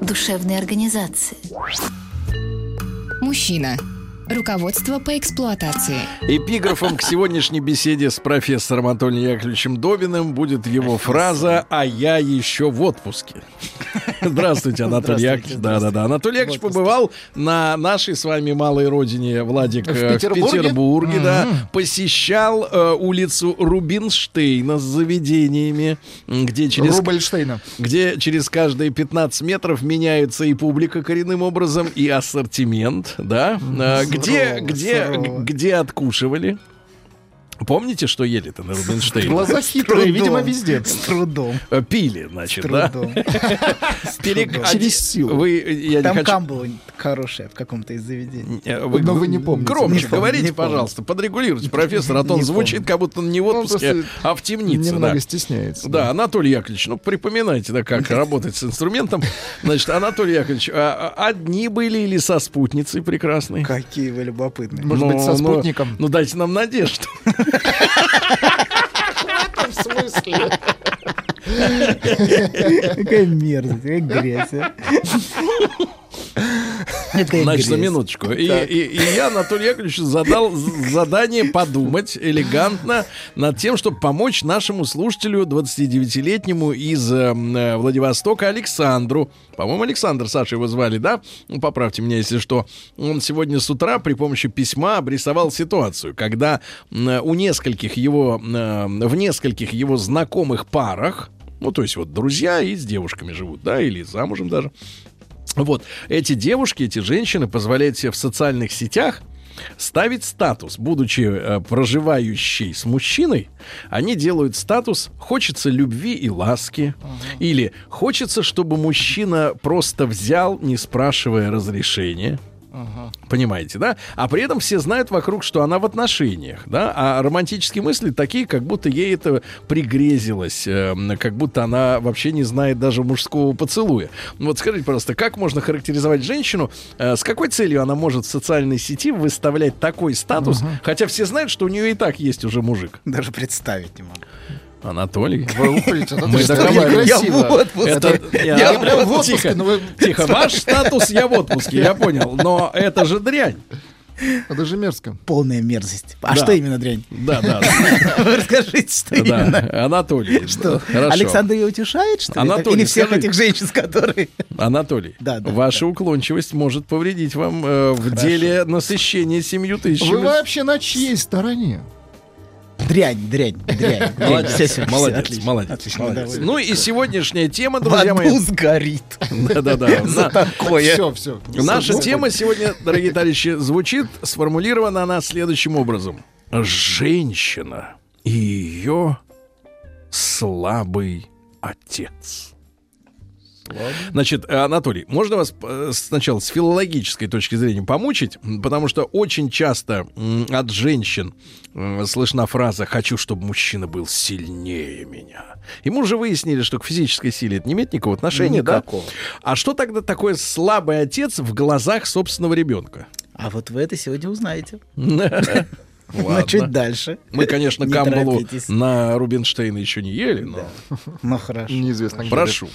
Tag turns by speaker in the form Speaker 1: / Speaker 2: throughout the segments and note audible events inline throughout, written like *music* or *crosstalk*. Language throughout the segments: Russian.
Speaker 1: душевной организации.
Speaker 2: Мужчина. Руководство по эксплуатации.
Speaker 3: Эпиграфом к сегодняшней беседе с профессором Анатолием Яковлевичем Добиным будет его фраза «А я еще в
Speaker 4: *laughs*
Speaker 3: отпуске». Здравствуйте, Анатолий
Speaker 4: Здравствуйте,
Speaker 3: Яковлевич. Да-да-да. Анатолий Яковлевич побывал на нашей с вами малой родине, Владик, э, в Петербурге,
Speaker 4: Петербурге?
Speaker 3: да. Посещал э, улицу Рубинштейна с заведениями, м, где через
Speaker 4: Рубельштейна.
Speaker 3: где через каждые 15 метров меняется и публика коренным образом, и ассортимент, да? А, Где,
Speaker 4: Здорово,
Speaker 3: где,
Speaker 4: здорово.
Speaker 3: где откушивали? Помните, что ели-то на Рубинштейне?
Speaker 4: Глаза хитрые,
Speaker 3: трудом.
Speaker 4: видимо, везде.
Speaker 5: С трудом.
Speaker 3: Э, Пили, значит, да? *laughs* Перек-
Speaker 5: трудом.
Speaker 3: а-
Speaker 4: Через силу.
Speaker 3: Вы, я не
Speaker 5: Там
Speaker 3: хочу...
Speaker 5: кам было хорошее в каком-то из заведений.
Speaker 3: Э, Вы,
Speaker 4: Но вы не помните.
Speaker 3: Громче
Speaker 5: Не помню,
Speaker 3: говорите,
Speaker 5: не помню.
Speaker 3: пожалуйста, подрегулируйте, профессор, а то он
Speaker 5: Не
Speaker 3: звучит,
Speaker 5: помню.
Speaker 3: как будто он не в
Speaker 4: Он
Speaker 3: отпуске,
Speaker 4: Ну, просто
Speaker 3: а в темнице. да.
Speaker 4: Немного стесняется.
Speaker 3: Да, Анатолий Яковлевич, ну припоминайте, да, как работать с инструментом. Значит, Анатолий Яковлевич, а, а, одни были или со спутницей прекрасной?
Speaker 5: Какие вы любопытные.
Speaker 4: Может быть, со
Speaker 3: Ну, ну,
Speaker 4: спутником?
Speaker 3: Ну, дайте нам надежду.
Speaker 5: Какая мерзость, какая грязь. а.
Speaker 3: *laughs*
Speaker 5: Какая
Speaker 3: Значит, на
Speaker 5: грязь.
Speaker 3: минуточку. И, и- и я Анатолию Яковлевичу задал з- задание подумать элегантно над тем, чтобы помочь нашему слушателю 29-летнему из э, м, э, Владивостока Александру. По-моему, Александр, Саша его звали, да? Ну, поправьте меня, если что. Он сегодня с утра при помощи письма обрисовал ситуацию, когда м, э, у нескольких его, э, в нескольких его знакомых парах, ну, то есть вот друзья и с девушками живут, да, или замужем даже, вот, эти девушки, эти женщины позволяют себе в социальных сетях ставить статус, будучи э, проживающей с мужчиной, они делают статус «хочется любви и ласки» или «хочется, чтобы мужчина просто взял, не спрашивая разрешения». Понимаете, да? А при этом все знают вокруг, что она в отношениях, да? А романтические мысли такие, как будто ей это пригрезилось, э, как будто она вообще не знает даже мужского поцелуя. Ну Вот скажите, пожалуйста, как можно характеризовать женщину, э, с какой целью она может в социальной сети выставлять такой статус, хотя все знают, что у нее и так есть уже мужик?
Speaker 5: Даже представить не могу.
Speaker 3: Анатолий.
Speaker 4: Вы а уходите. Это
Speaker 3: Мы
Speaker 4: что,
Speaker 3: договаривались.
Speaker 4: некрасиво.
Speaker 5: Я в
Speaker 3: *laughs*
Speaker 5: отпуске.
Speaker 4: Это-
Speaker 3: Я-
Speaker 4: Я прям в отпуске,
Speaker 3: Тихо,
Speaker 4: но Ну, вы...
Speaker 3: тихо. Ваш статус я в отпуске, я понял. Но это же дрянь.
Speaker 4: Это же мерзко.
Speaker 5: Полная мерзость. А
Speaker 3: Да.
Speaker 5: что именно, дрянь?
Speaker 3: Да, да.
Speaker 5: *laughs* Вы расскажите, что именно.
Speaker 3: Да, Анатолий.
Speaker 5: *laughs* Что,
Speaker 3: Хорошо.
Speaker 5: Александр ее утешает, что ли?
Speaker 3: Анатолий,
Speaker 5: Или всех
Speaker 3: скажи.
Speaker 5: этих женщин, которые...
Speaker 3: Анатолий,
Speaker 5: Да, да,
Speaker 3: ваша уклончивость может повредить вам э, в деле насыщения семью
Speaker 4: Вы
Speaker 3: тысячами.
Speaker 4: вообще на чьей стороне?
Speaker 5: Дрянь, дрянь, дрянь. дрянь.
Speaker 3: *laughs* Молодец,
Speaker 5: Всё, всё, всё,
Speaker 3: молодец,
Speaker 5: отлично,
Speaker 3: молодец,
Speaker 5: отлично, довольно.
Speaker 3: Ну и сегодняшняя тема,
Speaker 5: В
Speaker 3: друзья мои. *laughs*
Speaker 5: аду сгорит.
Speaker 3: Да-да-да.
Speaker 5: *laughs*
Speaker 3: На-
Speaker 4: Все, все.
Speaker 3: Наша
Speaker 4: Ну,
Speaker 3: тема сегодня, дорогие товарищи, звучит, сформулирована она следующим образом. Женщина и ее слабый отец. Значит, э, Анатолий, можно вас э, сначала с филологической точки зрения помучить, М, потому что очень часто м, от женщин э, слышна фраза «хочу, чтобы мужчина был сильнее меня». И мы уже выяснили, что к физической силе это не имеет никакого отношения,
Speaker 5: Никакого.
Speaker 3: да? А что тогда такое слабый отец в глазах собственного ребенка?
Speaker 5: А вот вы это сегодня узнаете. *laughs* Ну, чуть
Speaker 3: Ладно.
Speaker 5: дальше.
Speaker 3: Мы, конечно,
Speaker 5: Не
Speaker 3: камбалу
Speaker 5: торопитесь.
Speaker 3: на Рубинштейна еще не ели, но
Speaker 5: Ну, хорошо.
Speaker 4: Неизвестно. где.
Speaker 3: прошу.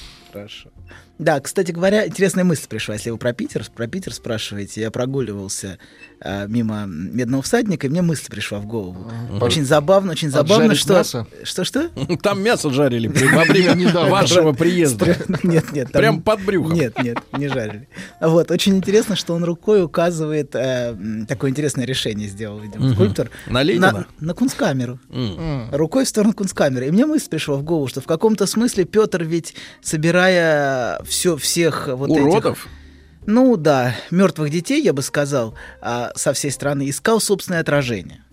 Speaker 5: Да, кстати говоря, интересная мысль пришла. Если вы про Питер, про Питер спрашиваете, я прогуливался а, мимо Медного всадника, и мне мысль пришла в голову. Очень забавно, очень забавно,
Speaker 4: Отжарить
Speaker 5: что...
Speaker 4: мясо?
Speaker 5: Что-что?
Speaker 3: Там мясо
Speaker 5: *laughs*
Speaker 3: жарили при- во время
Speaker 4: Недавно.
Speaker 3: вашего приезда.
Speaker 5: Нет, нет. там-
Speaker 3: Прям под брюхом.
Speaker 5: Нет, нет, не жарили. Вот, очень интересно, что он рукой указывает, э, м, такое интересное решение сделал, видимо, скульптор.
Speaker 3: На Ленина?
Speaker 5: На, на кунсткамеру.
Speaker 4: М.
Speaker 5: Рукой в сторону кунсткамеры. И мне мысль пришла в голову, что в каком-то смысле Петр ведь, собирая все, всех вот этих-
Speaker 3: Уродов?
Speaker 5: ну да, мертвых детей, я бы сказал, а, со всей страны, искал собственное отражение.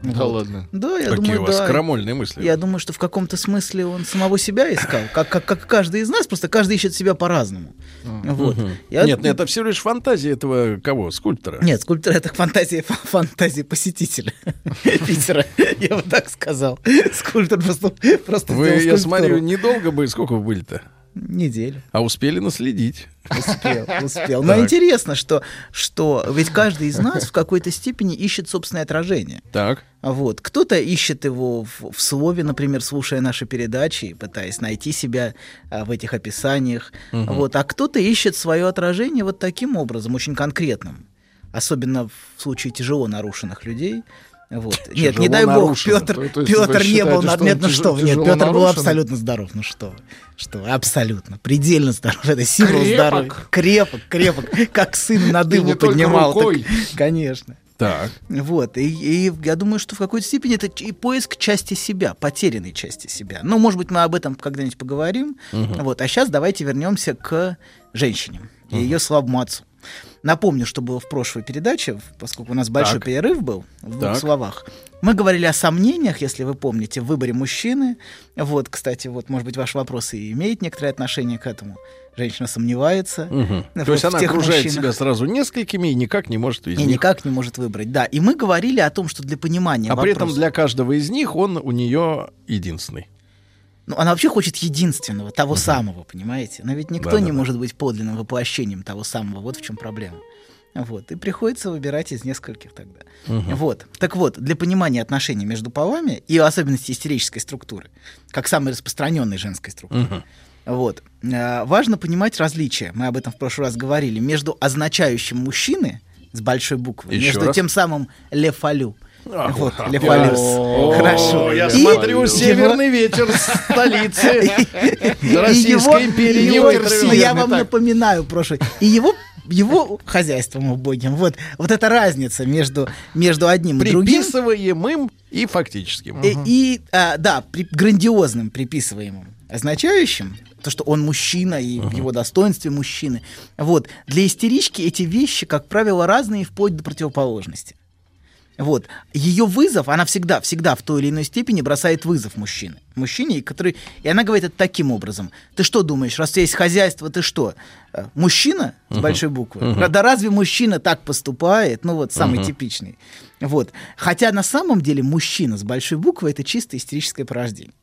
Speaker 4: Да ладно.
Speaker 5: Да, я
Speaker 3: Какие
Speaker 5: думаю,
Speaker 3: у вас
Speaker 5: да.
Speaker 3: крамольные мысли.
Speaker 5: Я думаю, что в каком-то смысле он самого себя искал, как, как, как каждый из нас, просто каждый ищет себя по-разному.
Speaker 4: А.
Speaker 5: Вот.
Speaker 3: Мгм.
Speaker 5: Я-
Speaker 3: Нет, нет, это всего лишь фантазия этого кого? Скульптора.
Speaker 5: Нет, скульптура это фантазия, фа- фантазия посетителя *laughs* Питера. Я бы так сказал. Скульптор просто, просто
Speaker 3: Вы, я
Speaker 5: сделал скульптуру.
Speaker 3: смотрю, недолго бы, сколько вы были-то?
Speaker 5: Неделю.
Speaker 3: А успели наследить.
Speaker 5: Успел,
Speaker 3: *laughs*
Speaker 5: успел. Но
Speaker 3: Так.
Speaker 5: интересно, что, что ведь каждый из нас в какой-то степени ищет собственное отражение.
Speaker 3: Так.
Speaker 5: Вот. Кто-то ищет его в, в слове, например, слушая наши передачи, пытаясь найти себя а, в этих описаниях. Вот. А кто-то ищет свое отражение вот таким образом, очень конкретным. Особенно в случае тяжело нарушенных людей. Вот. Нет, не дай бог,
Speaker 3: нарушенных.
Speaker 5: Петр,
Speaker 4: То- то есть вы
Speaker 5: Петр не
Speaker 4: считаете,
Speaker 5: был...
Speaker 4: что
Speaker 5: на-
Speaker 4: он
Speaker 5: Нет, ну
Speaker 4: тяж-
Speaker 5: что вы, нет,
Speaker 4: тяжело
Speaker 5: Петр был
Speaker 4: нарушен?
Speaker 5: абсолютно здоров. Ну что вы, что вы, абсолютно, предельно здоров. Это символ
Speaker 4: Крепок.
Speaker 5: здоровья. Крепок, крепок. Как сын на
Speaker 4: не
Speaker 5: дыбу
Speaker 4: только
Speaker 5: поднимал. так,
Speaker 4: рукой.
Speaker 5: *laughs* конечно.
Speaker 3: Так.
Speaker 5: Вот, и, и я думаю, что в какой-то степени это ч- и поиск части себя, потерянной части себя. Ну, может быть, мы об этом когда-нибудь поговорим. Вот, а сейчас давайте вернемся к женщине и ее слабому отцу. Напомню, что было в прошлой передаче, в- поскольку у нас большой
Speaker 3: Так.
Speaker 5: перерыв был в двух
Speaker 3: Так.
Speaker 5: словах. Мы говорили о сомнениях, если вы помните, в выборе мужчины. Вот, кстати, вот, может быть, ваш вопрос и имеет некоторое отношение к этому. Женщина сомневается. *laughs*
Speaker 3: Мгм.
Speaker 5: в-
Speaker 3: То есть
Speaker 5: Ну, в
Speaker 3: она
Speaker 5: тех
Speaker 3: окружает
Speaker 5: мужчинах.
Speaker 3: себя сразу несколькими и никак не может из
Speaker 5: И
Speaker 3: них.
Speaker 5: никак не может выбрать. Да, и мы говорили о том, что для понимания
Speaker 3: А при этом
Speaker 5: вопроса-
Speaker 3: для каждого из них он у нее единственный.
Speaker 5: Ну, она вообще хочет единственного, того самого, понимаете? Но ведь никто
Speaker 3: Да-да-да.
Speaker 5: не может быть подлинным воплощением того самого. Вот в чем проблема. Вот. И приходится выбирать из нескольких тогда. Вот. Так вот, для понимания отношений между полами и особенностей истерической структуры, как самой распространенной женской структуры, вот, э, важно понимать различия. Мы об этом в прошлый раз говорили. Между означающим мужчины с большой буквы,
Speaker 3: Еще
Speaker 5: между
Speaker 3: раз.
Speaker 5: тем самым лефалю.
Speaker 3: Ах,
Speaker 5: Вот,
Speaker 3: ах,
Speaker 5: лефалюс.
Speaker 3: О,
Speaker 5: Хорошо.
Speaker 3: Я
Speaker 5: И
Speaker 3: смотрю,
Speaker 5: его-
Speaker 3: северный ветер столицы
Speaker 5: И его-
Speaker 3: Российской империи.
Speaker 5: и
Speaker 3: не
Speaker 5: его-
Speaker 3: выиграл.
Speaker 5: ну, я вам
Speaker 3: Так.
Speaker 5: напоминаю прошлый. И его его хозяйством убогим. Вот, вот эта разница между, между одним и *laughs* другим.
Speaker 3: Приписываемым и фактическим.
Speaker 5: И, и, а, да, при- грандиозным приписываемым, означающим то, что он мужчина и в его достоинстве мужчины. Вот. Для истерички эти вещи, как правило, разные вплоть до противоположности. Вот. Ее вызов, она всегда, всегда в той или иной степени бросает вызов мужчине. Мужчине, который... И она говорит это таким образом. Ты что думаешь, раз у тебя есть хозяйство, ты что, э, мужчина? С большой буквы. Ра- Да разве мужчина так поступает? Ну вот, самый типичный. Вот. Хотя на самом деле мужчина с большой буквы это чисто истерическое порождение.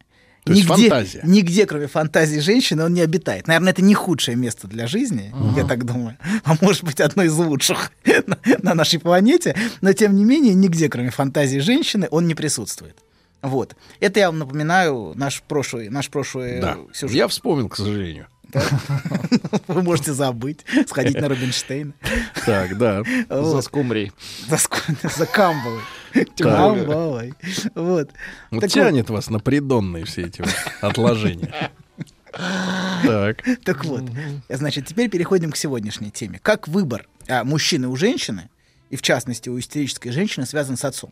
Speaker 3: То есть фантазия.
Speaker 5: Нигде, кроме фантазии женщины, он не обитает. Наверное, это не худшее место для жизни, я так думаю. А может быть, одно из лучших *laughs* на, на нашей планете. Но, тем не менее, нигде, кроме фантазии женщины, он не присутствует. Вот. Это я вам напоминаю наш прошлый, наш прошлый
Speaker 3: Да.
Speaker 5: э, сюжет.
Speaker 3: Я вспомнил, к сожалению.
Speaker 5: *laughs* Вы можете забыть, *laughs* сходить на Рубинштейна.
Speaker 3: Так,
Speaker 5: *laughs*
Speaker 3: да.
Speaker 5: Вот.
Speaker 6: За скумбрий.
Speaker 5: За, ск- *laughs* за камбалой. Камбалой. Вот.
Speaker 3: Вот
Speaker 5: Так вот,
Speaker 3: тянет вас на придонные все
Speaker 5: *laughs*
Speaker 3: эти вот отложения. Так.
Speaker 5: Так вот, значит, теперь переходим к сегодняшней теме. Как выбор а, мужчины у женщины, и в частности у истерической женщины, связан с отцом?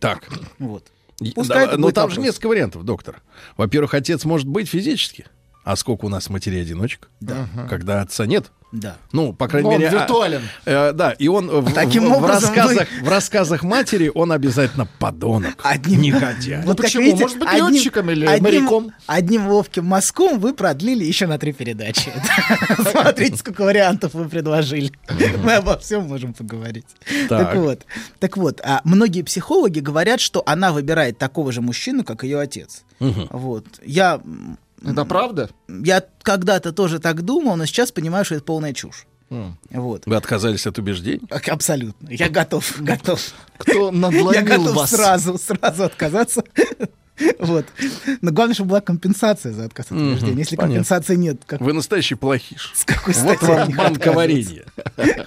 Speaker 3: Так.
Speaker 5: Вот.
Speaker 3: И-
Speaker 5: Пускай
Speaker 3: да,
Speaker 5: это
Speaker 3: но
Speaker 5: будет
Speaker 3: там же
Speaker 5: вопрос.
Speaker 3: несколько вариантов, доктор. Во-первых, отец может быть физически. А сколько у нас матерей-одиночек?
Speaker 5: Да.
Speaker 3: Когда отца нет.
Speaker 5: Да.
Speaker 3: Ну, по крайней
Speaker 4: Он
Speaker 3: мере... а-
Speaker 4: виртуален.
Speaker 3: э, да, и он в,
Speaker 5: А Таким
Speaker 3: в- в
Speaker 5: образом вы-
Speaker 3: рассказах, в рассказах матери он обязательно подонок,
Speaker 5: Одним-
Speaker 3: негодяй.
Speaker 5: Вот как
Speaker 4: Ну почему? Может быть, летчиком или моряком?
Speaker 5: Одним ловким мазком вы продлили еще на три передачи. *laughs* Смотрите, сколько вариантов вы предложили. Мы обо всем можем поговорить.
Speaker 3: Так.
Speaker 5: Так вот, так вот, а многие психологи говорят, что она выбирает такого же мужчину, как ее отец. Вот. Я, м,
Speaker 4: Это правда?
Speaker 5: я когда-то тоже так думал, но сейчас понимаю, что это полная чушь.
Speaker 3: Хм.
Speaker 4: М.
Speaker 5: Вот.
Speaker 3: Вы отказались от убеждений?
Speaker 5: Ак- Абсолютно. Я готов, *laughs* готов.
Speaker 4: Кто
Speaker 5: Я
Speaker 4: надломил
Speaker 5: готов
Speaker 4: вас?
Speaker 5: сразу, сразу отказаться. *laughs* Вот. Но главное, чтобы была компенсация за отказ от
Speaker 3: Мгм,
Speaker 5: убеждения. Если
Speaker 3: понятно.
Speaker 5: компенсации нет, как
Speaker 3: Вы настоящий плохиш.
Speaker 5: с какой
Speaker 3: Вот
Speaker 5: стати
Speaker 3: вам
Speaker 5: они
Speaker 3: банка
Speaker 5: отказываются?
Speaker 3: варенья.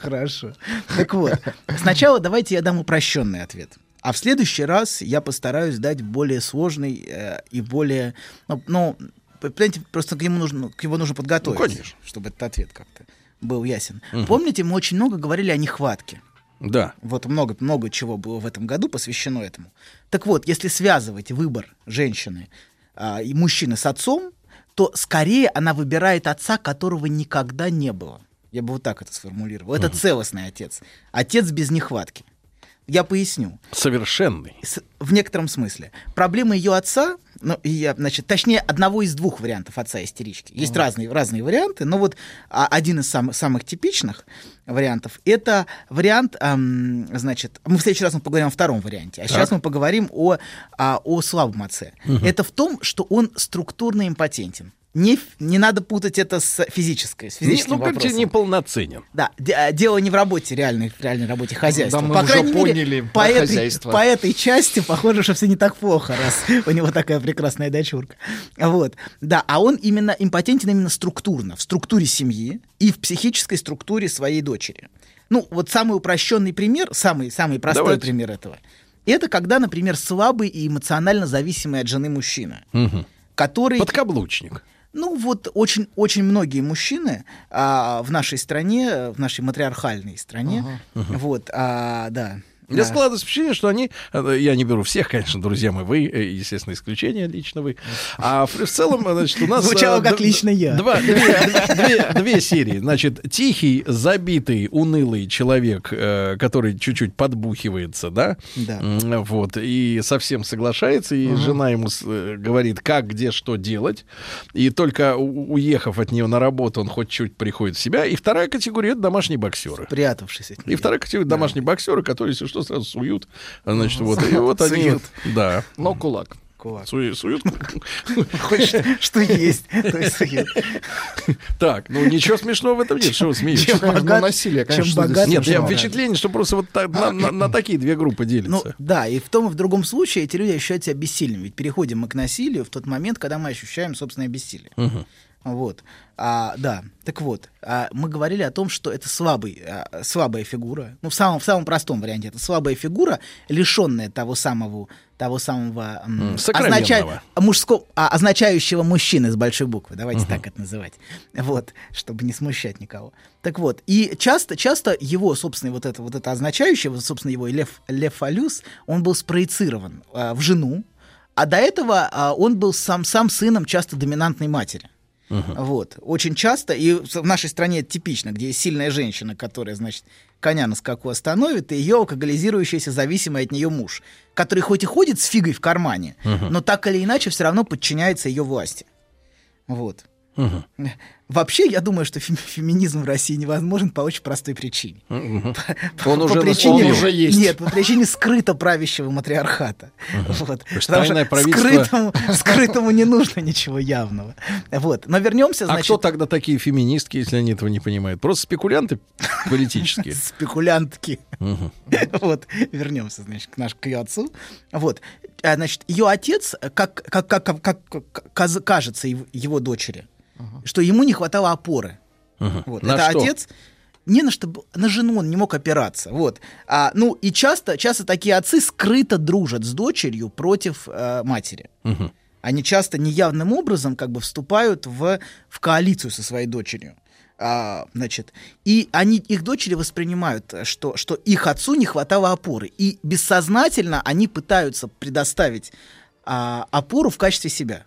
Speaker 5: Хорошо. Так вот, сначала давайте я дам упрощенный ответ. А в следующий раз я постараюсь дать более сложный э, и более... Ну, ну, понимаете, просто к нему нужно, к его нужно подготовиться.
Speaker 3: конечно.
Speaker 5: Чтобы этот ответ как-то был ясен. Помните, мы очень много говорили о нехватке.
Speaker 3: Да.
Speaker 5: Вот много, много чего было в этом году посвящено этому. Так вот, если связывать выбор женщины а, и мужчины с отцом, то скорее она выбирает отца, которого никогда не было. Я бы вот так это сформулировал. Это целостный отец. Отец без нехватки. Я поясню.
Speaker 3: Совершенный.
Speaker 5: С- в некотором смысле. Проблема ее отца, ну, и я, значит, точнее, одного из двух вариантов отца истерички. Есть разные, разные варианты, но вот а, один из сам- самых типичных вариантов это вариант, ам, значит, мы в следующий раз мы поговорим о втором варианте, а сейчас мы поговорим о, а, о слабом отце. Это в том, что он структурно импотентен. Не, ф- не надо путать это с физической, с
Speaker 3: Не-
Speaker 5: физическим
Speaker 3: Ну, короче,
Speaker 5: вопросом.
Speaker 3: неполноценен.
Speaker 5: Да, де- а, дело не в работе, реальной, в реальной работе хозяйства.
Speaker 4: Да, мы
Speaker 5: по
Speaker 4: уже
Speaker 5: крайней мере,
Speaker 4: поняли
Speaker 5: по,
Speaker 4: про
Speaker 5: этой,
Speaker 4: хозяйство.
Speaker 5: по этой части похоже, что все не так плохо, раз у него такая прекрасная дочурка. Вот. Да, а он именно импотентен именно структурно, в структуре семьи и в психической структуре своей дочери. Ну, вот самый упрощенный пример, самый, самый простой
Speaker 3: Давайте.
Speaker 5: пример этого, это когда, например, слабый и эмоционально зависимый от жены мужчина, который...
Speaker 3: Подкаблучник.
Speaker 5: Ну вот очень очень многие мужчины а, в нашей стране, э, в нашей матриархальной стране, вот, а, да.
Speaker 3: У меня
Speaker 5: да.
Speaker 3: складывается впечатление, что они, э, я не беру всех, конечно, друзья мои, вы, э, естественно, исключение лично вы, а в, в целом, э, значит, у нас... э,
Speaker 5: Звучало как
Speaker 3: д-
Speaker 5: лично я.
Speaker 3: Два, две, две- две серии. Значит, тихий, забитый, унылый человек, э, который чуть-чуть подбухивается, да?
Speaker 5: Да.
Speaker 3: М, Вот, и совсем соглашается, и жена ему с- э, говорит, как, где, что делать. И только у- уехав от нее на работу, он хоть чуть приходит в себя. И вторая категория — это домашние боксеры.
Speaker 5: Спрятавшись от
Speaker 3: И
Speaker 5: неё.
Speaker 3: вторая категория домашние боксеры, которые, если что, сразу суют. Значит, вот, и вот они.
Speaker 5: Суют.
Speaker 3: Да. А,
Speaker 4: Но кулак.
Speaker 5: Кулак.
Speaker 3: Су- Суют. *laughs*
Speaker 5: Что есть, то и сует.
Speaker 3: Так, ну ничего смешного в этом нет. Что вы смеетесь?
Speaker 4: Ну,
Speaker 5: богат-
Speaker 4: насилие,
Speaker 5: чем
Speaker 4: конечно, здесь
Speaker 5: богат,
Speaker 3: Нет, я
Speaker 5: тем
Speaker 4: смешно.
Speaker 3: впечатление, что просто вот так на, на- на такие две группы
Speaker 5: Ну,
Speaker 3: делятся.
Speaker 5: да, и в том и в другом случае эти люди ощущают себя бессильными. Ведь переходим мы к насилию в тот момент, когда мы ощущаем собственное бессилие. Вот. А, да, так вот, а, мы говорили о том, что это слабый, а, слабая фигура. Ну, в самом, в самом простом варианте, это слабая фигура, лишенная того самого, того самого м,
Speaker 3: М, сокровенного.
Speaker 5: мужского, а, означающего мужчины с большой буквы. Давайте так это называть. *laughs* Вот, чтобы не смущать никого. Так вот, и часто, часто его, собственно, вот это, вот это означающее, вот, собственно, его Лев, Лефалюс, он был спроецирован а, в жену, а до этого а, он был сам, сам сыном часто доминантной матери. Вот. Очень часто, и в нашей стране это типично, где есть сильная женщина, которая, значит, коня на скаку остановит, и ее алкоголизирующийся, зависимый от нее муж, который хоть и ходит с фигой в кармане, но так или иначе все равно подчиняется ее власти. Вот.
Speaker 3: Мгм.
Speaker 5: Вообще, я думаю, что фем- феминизм в России невозможен по очень простой причине.
Speaker 3: Мгм.
Speaker 5: *laughs* По-
Speaker 3: Он
Speaker 5: по
Speaker 3: уже наступил.
Speaker 5: причине-
Speaker 4: Он уже есть.
Speaker 5: Нет, по причине скрыто правящего матриархата. Вот.
Speaker 3: То есть
Speaker 5: Потому что
Speaker 3: тайное правительство-
Speaker 5: скрытому- Скрытому не нужно ничего явного. Вот. Но вернемся,
Speaker 3: А кто
Speaker 5: значит,
Speaker 3: тогда такие феминистки, если они этого не понимают? Просто спекулянты
Speaker 5: *laughs*
Speaker 3: политические.
Speaker 5: спекулянтки. *laughs*
Speaker 3: Мгм.
Speaker 5: Вот, вернемся, значит, к нашему к ее отцу. Вот, А, значит, ее отец, э, как, как, как, как, как- как каз- кажется его, его дочери, что ему не хватало опоры.
Speaker 3: Мгм.
Speaker 5: Вот.
Speaker 3: На
Speaker 5: Это
Speaker 3: что?
Speaker 5: отец не на что, б- на жену он не мог опираться. Вот. А, ну и часто, часто такие отцы скрыто дружат с дочерью против э, матери.
Speaker 3: Мгм.
Speaker 5: Они часто неявным образом как бы вступают в, в коалицию со своей дочерью. А, значит, и они, их дочери воспринимают, э, что, что их отцу не хватало опоры. И бессознательно они пытаются предоставить а, опору в качестве себя.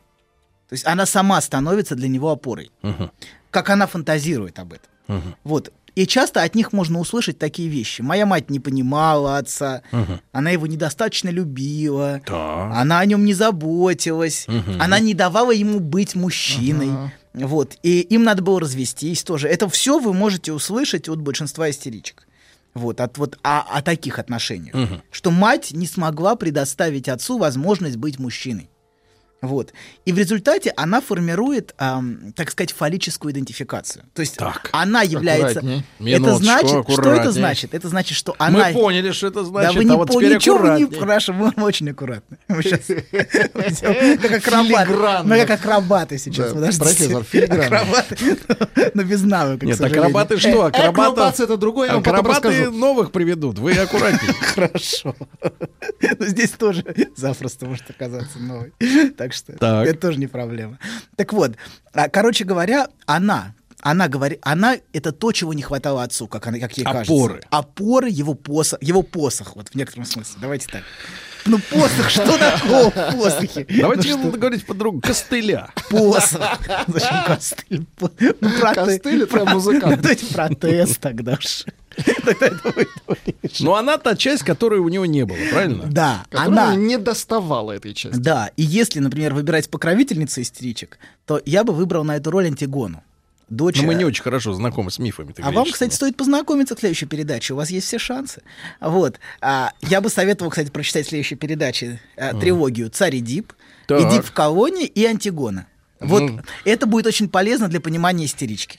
Speaker 5: То есть она сама становится для него опорой.
Speaker 3: Мгм.
Speaker 5: Как она фантазирует об этом.
Speaker 3: Мгм.
Speaker 5: Вот. И часто от них можно услышать такие вещи. Моя мать не понимала отца,
Speaker 3: Мгм.
Speaker 5: она его недостаточно любила,
Speaker 3: Так.
Speaker 5: она о нем не заботилась,
Speaker 3: Мгм.
Speaker 5: она не давала ему быть мужчиной. Вот. И им надо было развестись тоже. Это все вы можете услышать от большинства истеричек. Вот, от, вот о, о таких отношениях.
Speaker 3: Мгм.
Speaker 5: Что мать не смогла предоставить отцу возможность быть мужчиной. Вот. И в результате она формирует, ам, так сказать, фаллическую идентификацию. То есть
Speaker 3: Так.
Speaker 5: она является...
Speaker 4: Аккуратней.
Speaker 3: Минуточку,
Speaker 5: это значит, что это
Speaker 3: аккуратней.
Speaker 5: значит? Это значит, что А она...
Speaker 3: Мы поняли, что это
Speaker 5: Да
Speaker 3: значит,
Speaker 5: вы не
Speaker 3: а вот
Speaker 5: поняли,
Speaker 3: теперь
Speaker 5: ничего вы не...
Speaker 3: аккуратнее.
Speaker 5: Хорошо, мы мы очень аккуратно.
Speaker 3: *laughs*
Speaker 5: Мы сейчас... Как акробаты. Мы как акробаты сейчас,
Speaker 4: Да,
Speaker 5: подождите.
Speaker 4: профессор, филигранно.
Speaker 5: Акробаты, но без навыка, к
Speaker 3: Нет,
Speaker 5: сожалению.
Speaker 3: акробаты
Speaker 5: э,
Speaker 3: что?
Speaker 4: Акробация
Speaker 3: Акробаты...
Speaker 4: это другое, я вам потом
Speaker 3: Акробаты
Speaker 4: расскажу.
Speaker 3: новых приведут, вы
Speaker 4: *laughs*
Speaker 3: аккуратнее.
Speaker 5: Хорошо. Но Ну, здесь тоже запросто может оказаться новый. Так что
Speaker 3: Так.
Speaker 5: это тоже не проблема. Так вот, а, короче говоря, она, она говорит, она это то, чего не хватало отцу, как она, как ей
Speaker 3: Опоры.
Speaker 5: кажется. Опоры его посох, его посох, вот в некотором смысле. Давайте так. Ну посох, что такого в посохе? Ну,
Speaker 3: Давайте будем говорить по-другому. Костыля.
Speaker 5: Посох. Зачем костыль? По- Ну, проте-
Speaker 4: Костыль это
Speaker 5: про-
Speaker 4: музыкант.
Speaker 5: Ну, Давайте протез тогда уж.
Speaker 3: Но она та часть, которой у него не было, правильно?
Speaker 5: Да,
Speaker 4: Которая
Speaker 5: она.
Speaker 4: не доставала этой части.
Speaker 5: Да, и если, например, выбирать покровительницу истеричек, то я бы выбрал на эту роль Антигону. Дочь.
Speaker 3: Но Ну, мы
Speaker 5: э,
Speaker 3: не очень хорошо знакомы с мифами. ты
Speaker 5: А вам,
Speaker 3: говоришь,
Speaker 5: кстати,
Speaker 3: что-
Speaker 5: стоит познакомиться к следующей передаче. У вас есть все шансы. Вот. А, я бы советовал, кстати, прочитать в следующей передаче а, трилогию «Царь Эдип»,
Speaker 3: Так. Ну.
Speaker 5: «Эдип в колонии» и «Антигона». Вот
Speaker 3: Мгм.
Speaker 5: это будет очень полезно для понимания истерички.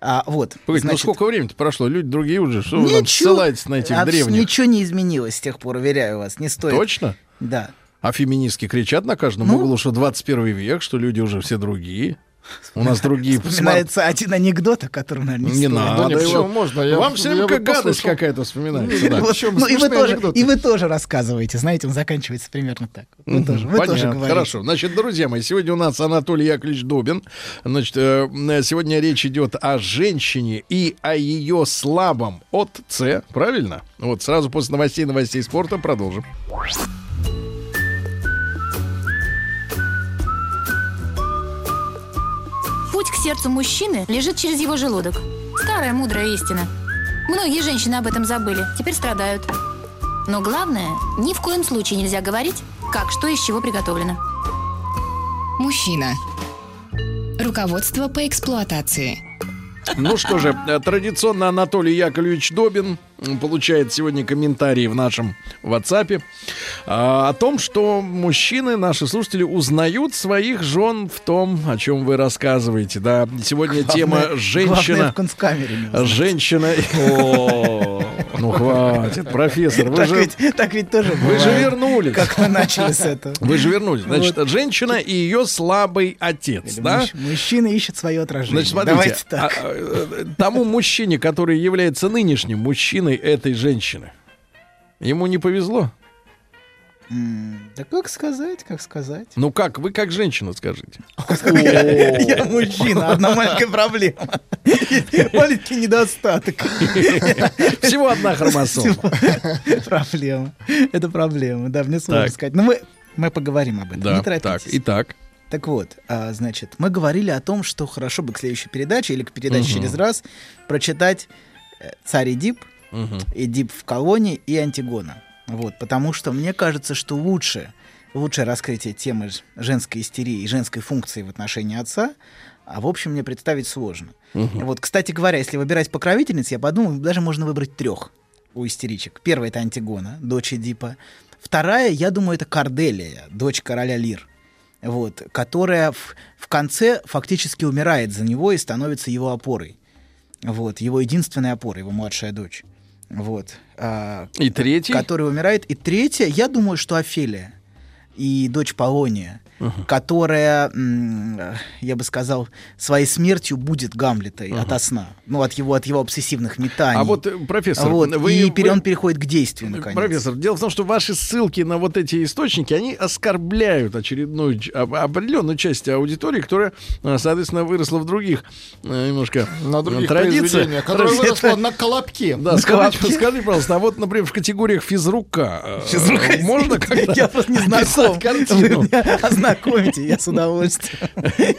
Speaker 5: А, вот.
Speaker 3: Погодите, ну
Speaker 5: Значит,
Speaker 3: сколько времени-то прошло? Люди другие уже, что вы там
Speaker 5: ничего-
Speaker 3: ссылаетесь на этих
Speaker 5: абс-
Speaker 3: древних?
Speaker 5: Ничего не изменилось с тех пор, уверяю вас. Не стоит.
Speaker 3: Точно?
Speaker 5: Да.
Speaker 3: А феминистки кричат на каждом
Speaker 5: Ну.
Speaker 3: углу, что 21 век, что люди уже все другие. У нас другие смарт-
Speaker 5: Вспоминается один анекдот, о котором, наверное, не,
Speaker 3: Не
Speaker 5: стоит.
Speaker 3: надо.
Speaker 4: Да не,
Speaker 3: его.
Speaker 4: почему можно? Я-
Speaker 3: Вам все время
Speaker 4: я бы
Speaker 3: как гадость
Speaker 4: послушал.
Speaker 3: какая-то вспоминается. да.
Speaker 5: Вот.
Speaker 4: Причем
Speaker 5: Ну, и, вы
Speaker 4: смешные
Speaker 5: тоже,
Speaker 4: анекдоты.
Speaker 5: и вы тоже рассказываете. Знаете, он заканчивается примерно так. Вы тоже, вы тоже
Speaker 3: Понятно,
Speaker 5: говорите.
Speaker 3: хорошо. Значит, друзья мои, сегодня у нас Анатолий Яковлевич Дубин. Значит, э, м, сегодня речь идет о женщине и о ее слабом отце, правильно? Вот сразу после новостей, новостей спорта продолжим.
Speaker 1: Путь к сердцу мужчины лежит через его желудок. Старая мудрая истина. Многие женщины об этом забыли, теперь страдают. Но главное, ни в коем случае нельзя говорить, как что из чего приготовлено.
Speaker 2: Мужчина. Руководство по эксплуатации.
Speaker 3: Ну что же, э, традиционно Анатолий Яковлевич Добин м, получает сегодня комментарии в нашем WhatsApp а, о том, что мужчины, наши слушатели, узнают своих жен в том, о чем вы рассказываете. Да, сегодня тема
Speaker 5: Главное- главное
Speaker 3: женщина.
Speaker 5: в концкамере не узнать.
Speaker 3: Женщина. Ну хватит, профессор, вы
Speaker 5: Так,
Speaker 3: же,
Speaker 5: ведь, так ведь тоже
Speaker 3: вы же
Speaker 5: бывает,
Speaker 3: вернулись.
Speaker 5: Как мы начали с этого.
Speaker 3: Вы же вернулись. Значит, женщина и ее слабый отец, *laughs*
Speaker 5: Или
Speaker 3: да?
Speaker 5: мужч- Мужчина ищет свое отражение.
Speaker 3: Значит, смотрите,
Speaker 5: Давайте так.
Speaker 3: а, э, тому мужчине, который является нынешним мужчиной этой женщины, ему не повезло. а
Speaker 5: М, Да как сказать, как сказать?
Speaker 3: Ну как, вы как женщина скажите?
Speaker 5: *laughs* Я мужчина, одна маленькая проблема. *laughs* Маленький недостаток.
Speaker 3: Всего одна хромосома.
Speaker 5: Типа, Проблема. Это проблема, да, мне сложно
Speaker 3: Так.
Speaker 5: сказать. Но мы мы поговорим об этом,
Speaker 3: Да,
Speaker 5: *laughs* не
Speaker 3: так,
Speaker 5: торопитесь.
Speaker 3: итак.
Speaker 5: Так вот, а, значит, мы говорили о том, что хорошо бы к следующей передаче или к передаче через раз прочитать э, «Царь Эдип»,
Speaker 3: Мгм.
Speaker 5: Эдип в колонии и Антигона. Вот, потому что мне кажется, что лучше, лучшее раскрытие темы ж- женской истерии и женской функции в отношении отца, а в общем мне представить сложно. Вот, кстати говоря, если выбирать покровительниц, я подумал, даже можно выбрать трех у истеричек. Первая это Антигона, дочь Эдипа. Вторая, я думаю, это Корделия, дочь короля Лир. Вот, которая в, в конце фактически умирает за него и становится его опорой. Вот, его единственной опорой, его младшая дочь. Вот. а,
Speaker 3: И третий.
Speaker 5: которая умирает. И третья, я думаю, что Офелия и дочь Полония, которая, м, э, я бы сказал, своей смертью будет Гамлета и ото сна. Ну, от его, от его обсессивных метаний.
Speaker 3: А вот, э, профессор,
Speaker 5: Вот,
Speaker 3: вы...
Speaker 5: и пере-
Speaker 3: вы-
Speaker 5: он переходит к действию, наконец. *laughs*
Speaker 3: Профессор, дело в том, что ваши ссылки на вот эти источники, они оскорбляют очередную ч- об- определенную часть аудитории, которая, э, соответственно, выросла в других э, немножко
Speaker 4: На других
Speaker 3: традициях.
Speaker 4: произведениях, которое выросло на колобке.
Speaker 3: Да, скажите, скажите, пожалуйста, а вот, например, в категориях физрука, э, можно как-то
Speaker 5: *laughs* Я просто не знаком.
Speaker 3: описать
Speaker 5: Вы
Speaker 3: картину?
Speaker 5: меня *laughs* ознакомите, я с удовольствием.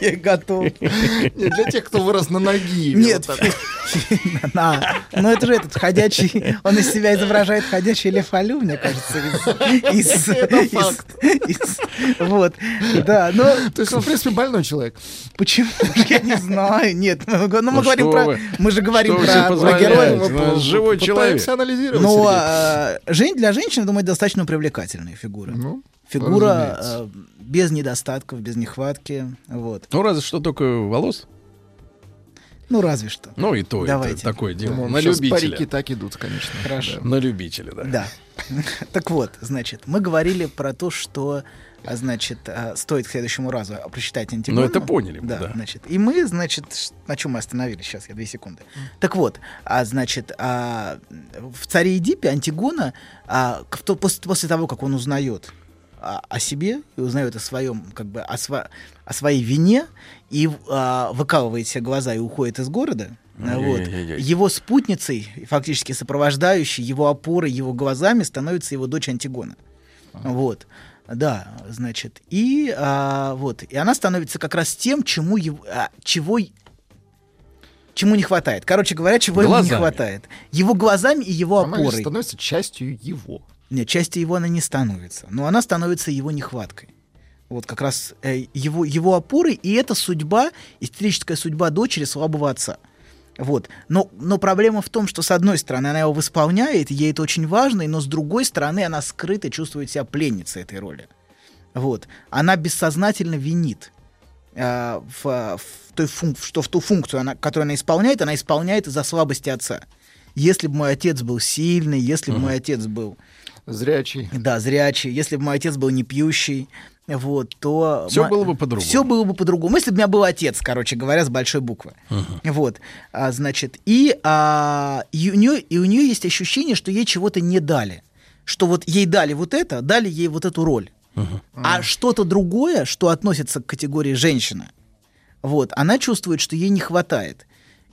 Speaker 5: *laughs* Я готов.
Speaker 4: Не для тех, кто вырос на
Speaker 5: *laughs*
Speaker 4: ноги.
Speaker 5: Нет,
Speaker 4: Вот так.
Speaker 5: *laughs* на. Ну это же этот ходячий, он из себя изображает ходячий лефалю, мне кажется. из- из- из-
Speaker 4: факт.
Speaker 5: из- Вот, да, но
Speaker 4: То есть он, в принципе, больной человек.
Speaker 5: почему же я не знаю? Нет, ну ну, мы
Speaker 3: Ну,
Speaker 5: говорим
Speaker 3: что
Speaker 5: про,
Speaker 3: вы.
Speaker 5: мы же говорим
Speaker 3: Что вы себе
Speaker 5: про- про
Speaker 3: позволяете?
Speaker 5: героев.
Speaker 3: Ну, живой
Speaker 4: пытаемся
Speaker 3: человек.
Speaker 4: анализировать,
Speaker 5: Ну,
Speaker 4: Сергей.
Speaker 5: а, жен- для женщин, думаю, достаточно привлекательная фигура.
Speaker 4: Ну,
Speaker 5: Фигура
Speaker 4: разумеется.
Speaker 5: э, без недостатков, без нехватки. Вот.
Speaker 3: Ну, разве что только волос.
Speaker 5: Ну, разве что.
Speaker 3: Ну, и то, это
Speaker 5: Давайте.
Speaker 3: такое дело.
Speaker 4: Думаю,
Speaker 3: На
Speaker 4: сейчас парики
Speaker 3: любителя. Ну,
Speaker 4: так идут, конечно.
Speaker 5: Хорошо.
Speaker 3: На любителя, да.
Speaker 5: Да. *laughs* Так вот, значит, мы говорили про то, что, а, значит, а, стоит к следующему разу прочитать Антигону.
Speaker 3: Ну, это поняли мы,
Speaker 5: Да,
Speaker 3: да.
Speaker 5: значит. И мы, значит, ш- на чем мы остановились сейчас, я две секунды. Так вот, а, значит, а, в «Царе Эдипе» Антигона, а, к- то- пос- после того, как он узнает а, о себе и узнает о своем, как бы, о, сва- о своей вине, и а, выкалывает себе глаза и уходит из города, а, вот,
Speaker 3: Ой-ой-ой-ой.
Speaker 5: его спутницей, фактически сопровождающей его опорой, его глазами становится его дочь Антигона. Вот. Да, значит. И а, вот. И она становится как раз тем, чему его, а, чего Чему не хватает? Короче говоря, чего ему не
Speaker 3: Глазами.
Speaker 5: хватает? Его глазами и его
Speaker 4: Она лишь
Speaker 5: опорой.
Speaker 4: становится частью его.
Speaker 5: Нет, частью его она не становится, но она становится его нехваткой. Вот как раз э, его, его опорой, и это судьба, истерическая судьба дочери слабого отца. Вот. Но, но проблема в том, что с одной стороны она его восполняет, ей это очень важно, но с другой стороны она скрыто чувствует себя пленницей этой роли. Вот. Она бессознательно винит э, в, э, в той функ- что в ту функцию, она, которую она исполняет, она исполняет из-за слабости отца. Если бы мой отец был сильный, если бы мой отец был
Speaker 4: Зрячий.
Speaker 5: да, зрячий. Если бы мой отец был не пьющий, вот, то...
Speaker 3: Всё было бы по-другому.
Speaker 5: Все было бы по-другому. Если бы у меня был отец, короче говоря, с большой буквы. Вот, а, значит, и, а, и, у нее, и у нее есть ощущение, что ей чего-то не дали. Что вот ей дали вот это, дали ей вот эту роль. А что-то другое, что относится к категории женщина, вот, она чувствует, что ей не хватает.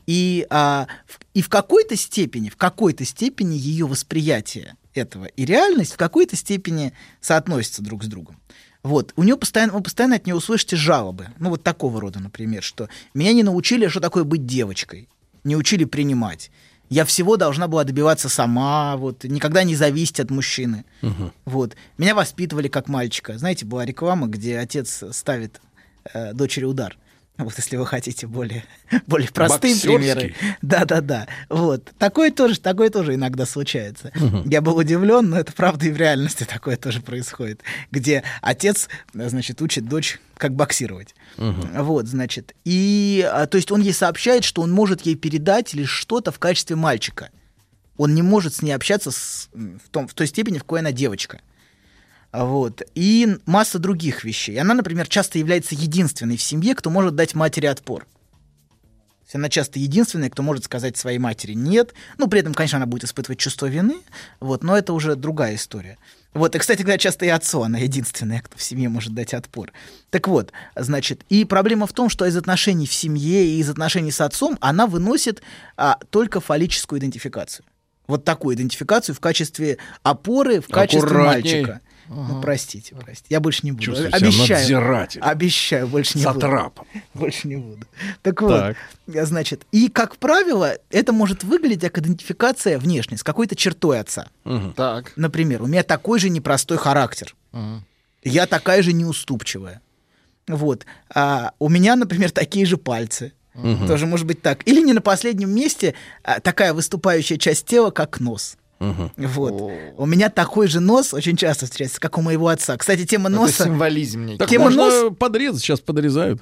Speaker 5: И, а, в, и в какой-то степени, в какой-то степени ее восприятие этого и реальность в какой-то степени соотносятся друг с другом. Вот. У нее постоянно, вы постоянно от нее услышите жалобы. Ну, вот такого рода, например, что «меня не научили, а что такое быть девочкой, не учили принимать». Я всего должна была добиваться сама, вот, никогда не зависеть от мужчины. Вот. Меня воспитывали как мальчика. Знаете, была реклама, где отец ставит э, дочери удар. Вот если вы хотите более, *laughs* более простые
Speaker 3: Боксерский.
Speaker 5: примеры. Да-да-да. Вот. Такое тоже, такое тоже иногда случается. Я был удивлен, но это правда и в реальности *laughs* такое тоже происходит. Где отец, э, значит, учит дочь, как боксировать. Вот, значит. И, а, то есть он ей сообщает, что он может ей передать лишь что-то в качестве мальчика. Он не может с ней общаться с- м, в, том, в той степени, в какой она девочка. Вот. И н- масса других вещей. Она, например, часто является единственной в семье, кто может дать матери отпор. То есть Она часто единственная, кто может сказать своей матери «нет». Ну, при этом, конечно, она будет испытывать чувство вины, вот, но это уже другая история. Вот, и, кстати говоря, часто и отцу она единственная, кто в семье может дать отпор. Так вот, значит, и проблема в том, что из отношений в семье и из отношений с отцом она выносит а, только фаллическую идентификацию. Вот такую идентификацию в качестве опоры, в качестве
Speaker 3: Аккуратней.
Speaker 5: мальчика. Ну, простите, простите. Я больше не буду.
Speaker 3: Чувствую себя
Speaker 5: Обещаю.
Speaker 3: надзирателем.
Speaker 5: Обещаю, больше не буду.
Speaker 3: Сатрапом.
Speaker 5: Больше не буду. Так вот,
Speaker 3: Так.
Speaker 5: я, значит, и, как правило, это может выглядеть как идентификация внешней, с какой-то чертой отца.
Speaker 4: Так.
Speaker 5: Например, у меня такой же непростой характер. Я такая же неуступчивая. Вот. А у меня, например, такие же пальцы. Тоже может быть так. Или не на последнем месте а, такая выступающая часть тела, как нос. Вот. У меня такой же нос очень часто встречается, как у моего отца. Кстати, тема
Speaker 4: Это
Speaker 5: носа,
Speaker 4: символизм некий.
Speaker 3: Так
Speaker 5: Тема
Speaker 3: можно
Speaker 5: нос-
Speaker 3: подрезать, сейчас подрезают.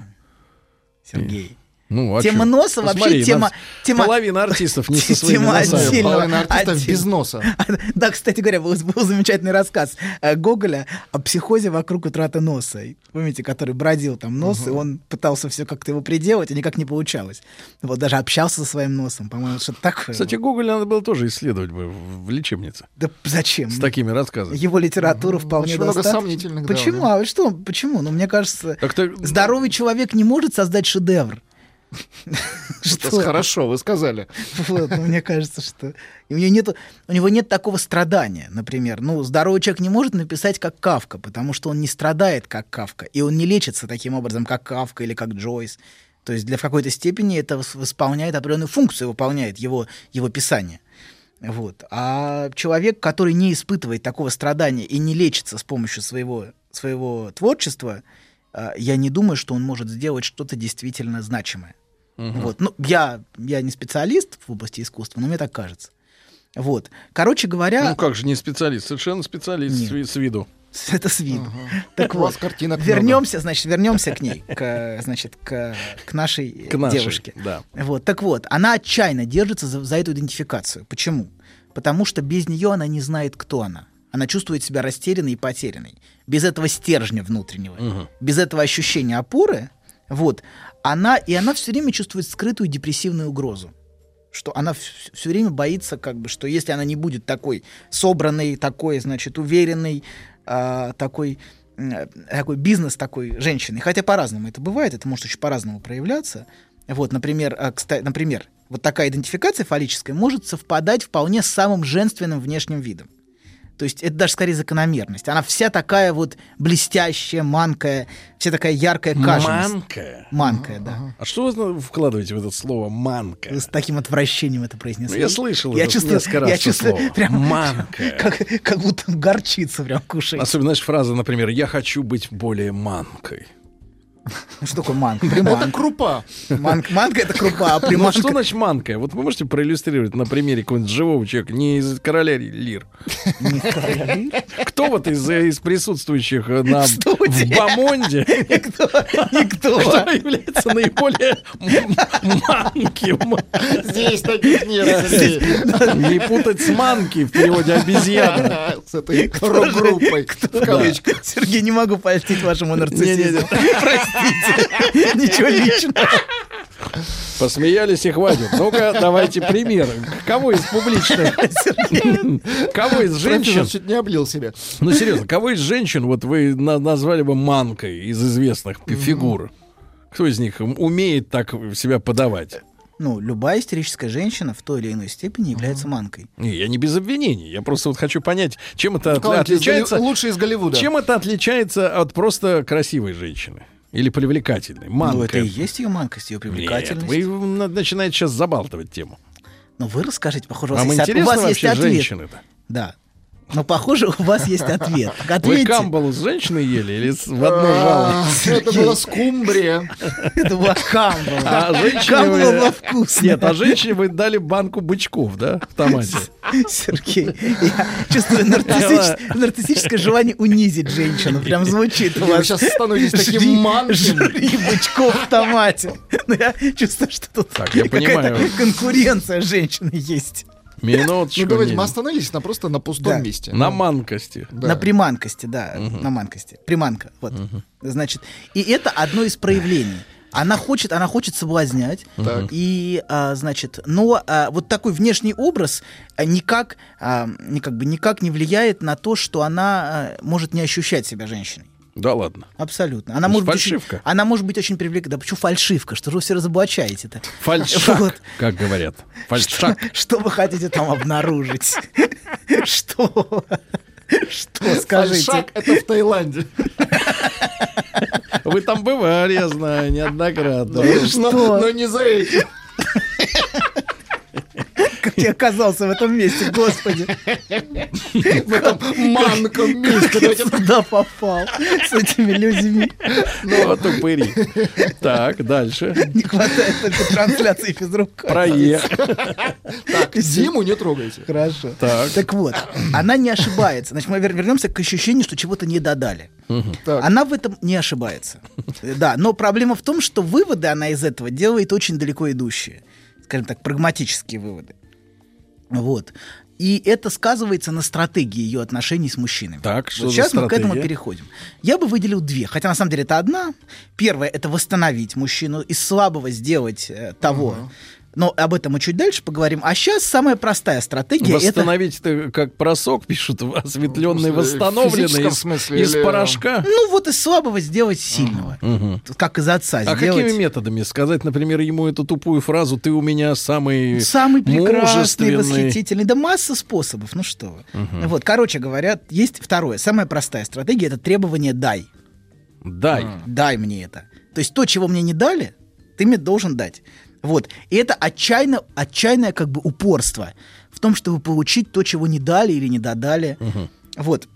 Speaker 5: Сергей.
Speaker 3: Ну, а чё?
Speaker 5: Тема носа вообще
Speaker 3: Смотри,
Speaker 5: тема-
Speaker 3: нас
Speaker 5: тема-
Speaker 3: Половина артистов не со своими
Speaker 5: *laughs* Тема
Speaker 3: носами.
Speaker 5: отдельно.
Speaker 4: Половина артистов
Speaker 5: Отдельно.
Speaker 4: без носа.
Speaker 5: *laughs* Да, кстати говоря, был, был замечательный рассказ э, Гоголя о психозе вокруг утраты носа. И Помните, который бродил там нос, и он пытался все как-то его приделать, и никак не получалось. Вот даже общался со своим носом, по-моему, что-то такое.
Speaker 3: Кстати, Гоголя надо было тоже исследовать бы в в лечебнице.
Speaker 5: да зачем?
Speaker 3: С такими рассказами.
Speaker 5: Его литература вполне
Speaker 4: Очень много
Speaker 5: достаточно.
Speaker 4: сомнительных, да, у
Speaker 5: Почему?
Speaker 4: него.
Speaker 5: а что? Почему? Ну, мне кажется,
Speaker 3: Как-то-
Speaker 5: здоровый человек не может создать шедевр.
Speaker 4: *laughs* Это хорошо, вы сказали.
Speaker 5: *laughs* Вот, ну, мне кажется, что и у, нее нету, у него нет такого страдания, например. Ну, здоровый человек не может написать как Кавка, потому что он не страдает как Кавка, и он не лечится таким образом, как Кавка или как Джойс. То есть для в какой-то степени это вос- восполняет определенную функцию, выполняет его, его писание. Вот. А человек, который не испытывает такого страдания и не лечится с помощью своего, своего творчества, а, я не думаю, что он может сделать что-то действительно значимое. Вот. Ну, я, я не специалист в области искусства, но мне так кажется. Вот. Короче говоря,
Speaker 3: Ну как же не специалист, совершенно специалист с
Speaker 5: Нет.
Speaker 3: ви- с виду.
Speaker 5: *laughs* это с виду. Так
Speaker 4: У
Speaker 5: вот,
Speaker 4: вас картинок много.
Speaker 5: вернемся, значит, вернемся к ней, к, значит, к, к нашей,
Speaker 3: К нашей,
Speaker 5: девушке.
Speaker 3: да.
Speaker 5: Вот, так вот, она отчаянно держится за, за эту идентификацию. Почему? Потому что без нее она не знает, кто она. Она чувствует себя растерянной и потерянной. Без этого стержня внутреннего, без этого ощущения опоры, вот, она, и она все время чувствует скрытую депрессивную угрозу что она все время боится, как бы, что если она не будет такой собранной, такой, значит, уверенной, а, такой, м, э, такой бизнес такой женщины. Хотя по-разному это бывает, это может очень по-разному проявляться. Вот, например, а, кста- например, вот такая идентификация фаллическая может совпадать вполне с самым женственным внешним видом. То есть это даже скорее закономерность. Она вся такая вот блестящая, манкая, вся такая яркая кажется.
Speaker 3: Манка.
Speaker 5: Манкая, да.
Speaker 3: А что вы вкладываете в это слово манка?
Speaker 5: Вы с таким отвращением это произнесли.
Speaker 3: Ну, я слышал
Speaker 5: Я
Speaker 3: это
Speaker 5: чувствую,
Speaker 3: несколько раз
Speaker 5: я
Speaker 3: это
Speaker 5: чувствую
Speaker 3: слово.
Speaker 5: прям
Speaker 3: Манка.
Speaker 5: *laughs* Как, как будто горчицу прям кушает.
Speaker 3: Особенно, знаешь, фраза, например, «я хочу быть более манкой».
Speaker 5: Ну, что такое манка?
Speaker 4: Это
Speaker 5: Приманка.
Speaker 4: крупа.
Speaker 5: Манка, манка это крупа,
Speaker 3: Ну, а
Speaker 5: а
Speaker 3: что
Speaker 5: приманка...
Speaker 3: значит манка? Вот вы можете проиллюстрировать на примере какого-нибудь живого человека, не из короля лир. Кто вот из, из присутствующих э, на, в
Speaker 5: студии.
Speaker 3: Бамонде
Speaker 5: *laughs* Никто, никто.
Speaker 3: кто является наиболее м- манким?
Speaker 4: Здесь таких нет. Сергей.
Speaker 3: Не путать с манки в переводе обезьяна.
Speaker 4: С этой рок-группой. В кавычках.
Speaker 5: Сергей, не могу польстить вашему нарциссизму.
Speaker 3: Не-не-не.
Speaker 5: *laughs* Простите. Ничего личного.
Speaker 3: Посмеялись и хватит. Ну-ка, давайте примеры. Кого из публичных? Кого из женщин?
Speaker 4: Профессор чуть не облил себя.
Speaker 3: Ну, серьезно, кого из женщин вот вы на- назвали бы манкой из известных пи- фигур? Кто из них м- умеет так себя подавать?
Speaker 5: Ну, любая истерическая женщина в той или иной степени является манкой.
Speaker 3: Не, я не без обвинений. Я просто вот хочу понять, чем это от-
Speaker 4: Кого-нибудь из
Speaker 3: отличается...
Speaker 4: Голли- Лучше из Голливуда.
Speaker 3: Чем это отличается от просто красивой женщины? Или привлекательной? Манкой.
Speaker 5: Ну, это и есть ее манкость, ее
Speaker 3: Нет,
Speaker 5: привлекательность.
Speaker 3: вы на- начинаете сейчас забалтывать тему.
Speaker 5: Но Ну, вы расскажите, похоже, у вас
Speaker 3: Вам
Speaker 5: есть, от- у
Speaker 3: интересно
Speaker 5: вас есть
Speaker 3: вообще
Speaker 5: ответ.
Speaker 3: женщины-то?
Speaker 5: Да. Но, похоже, у вас есть ответ. Так
Speaker 3: Вы
Speaker 5: Ответьте.
Speaker 3: камбалу с женщиной ели или с- в одно жало?
Speaker 4: А, Это
Speaker 5: Сергей.
Speaker 4: была скумбрия.
Speaker 5: *laughs* Это была камбала.
Speaker 3: А женщине
Speaker 5: Камбала
Speaker 3: вы-
Speaker 5: была вкусная.
Speaker 3: Нет, а женщине вы дали банку бычков, да, в томате?
Speaker 5: *laughs* Сергей, я чувствую нарциссич- нарциссическое желание унизить женщину. Прям звучит у
Speaker 4: Вы
Speaker 5: вас.
Speaker 4: сейчас становитесь
Speaker 5: Жри-
Speaker 4: таким манким.
Speaker 5: жри бычков в томате. *laughs* Но я чувствую, что тут
Speaker 3: Так, я
Speaker 5: какая-то
Speaker 3: понимаю.
Speaker 5: конкуренция женщины есть.
Speaker 3: Минуточку.
Speaker 4: Ну давайте
Speaker 3: не-
Speaker 4: мы остановились на просто на
Speaker 5: Да.
Speaker 4: пустом месте.
Speaker 3: На манкости.
Speaker 4: Да.
Speaker 5: На приманкости, да, на манкости. Приманка, вот. Значит, и это одно из проявлений. Она хочет, она хочет соблазнять,
Speaker 4: Так.
Speaker 5: и а, значит, но а, вот такой внешний образ а, никак, а, ни- как бы никак не влияет на то, что она а, может не ощущать себя женщиной.
Speaker 3: Да ладно.
Speaker 5: Абсолютно. Она
Speaker 3: Ну,
Speaker 5: может быть,
Speaker 3: фальшивка.
Speaker 5: очень, она может быть очень привлекательна. Да почему фальшивка? Что же вы все разоблачаете-то? Вот.
Speaker 3: Фальшак, как говорят. Фальшак.
Speaker 5: Что вы хотите там обнаружить? *laughs* Что? *laughs* Что скажите?
Speaker 4: Шаг это в Таиланде.
Speaker 3: Вы там бывали, я знаю, неоднократно.
Speaker 4: Э, Но но не за этим.
Speaker 5: Как я оказался в этом месте, господи.
Speaker 4: В этом манком месте.
Speaker 5: Как я
Speaker 4: Давайте
Speaker 5: сюда попал с этими людьми.
Speaker 3: Ну, вот упыри. Так, дальше.
Speaker 5: Не хватает только трансляции физрука.
Speaker 3: Проехали.
Speaker 4: так. Зиму не трогайте.
Speaker 5: Хорошо.
Speaker 3: Так.
Speaker 5: Так вот, она не ошибается. Значит, мы вер- вернемся к ощущению, что чего-то не додали.
Speaker 4: Так.
Speaker 5: Она в этом не
Speaker 3: *laughs*
Speaker 5: ошибается. Да, но проблема в том, что выводы она из этого делает очень далеко идущие. Скажем так, прагматические выводы. Вот. И это сказывается на стратегии ее отношений с мужчинами.
Speaker 3: Так,
Speaker 5: Вот
Speaker 3: что за
Speaker 5: сейчас мы к этому
Speaker 3: стратегия?
Speaker 5: переходим. Я бы выделил две, хотя на самом деле это одна. Первая это восстановить мужчину, из слабого сделать э, того. Но об этом мы чуть дальше поговорим. А сейчас самая простая стратегия это
Speaker 3: Восстановить это как просок, пишут, осветленный,
Speaker 4: В физическом
Speaker 3: восстановленный, из,
Speaker 4: смысле
Speaker 3: из
Speaker 4: или-
Speaker 3: порошка.
Speaker 5: Ну вот из слабого сделать сильного. Тут Как из отца
Speaker 3: А
Speaker 5: сделать.
Speaker 3: какими методами? Сказать, например, ему эту тупую фразу «ты у меня самый
Speaker 5: Самый прекрасный,
Speaker 3: мужественный».
Speaker 5: восхитительный. Да масса способов, ну что вы. Вот, короче говоря, есть второе. Самая простая стратегия — это требование «дай».
Speaker 3: Дай.
Speaker 5: Дай мне это. То есть то, чего мне не дали, ты мне должен дать. Вот. И это отчаянно, отчаянное как бы упорство в том, чтобы получить то, чего не дали или не додали. Вот.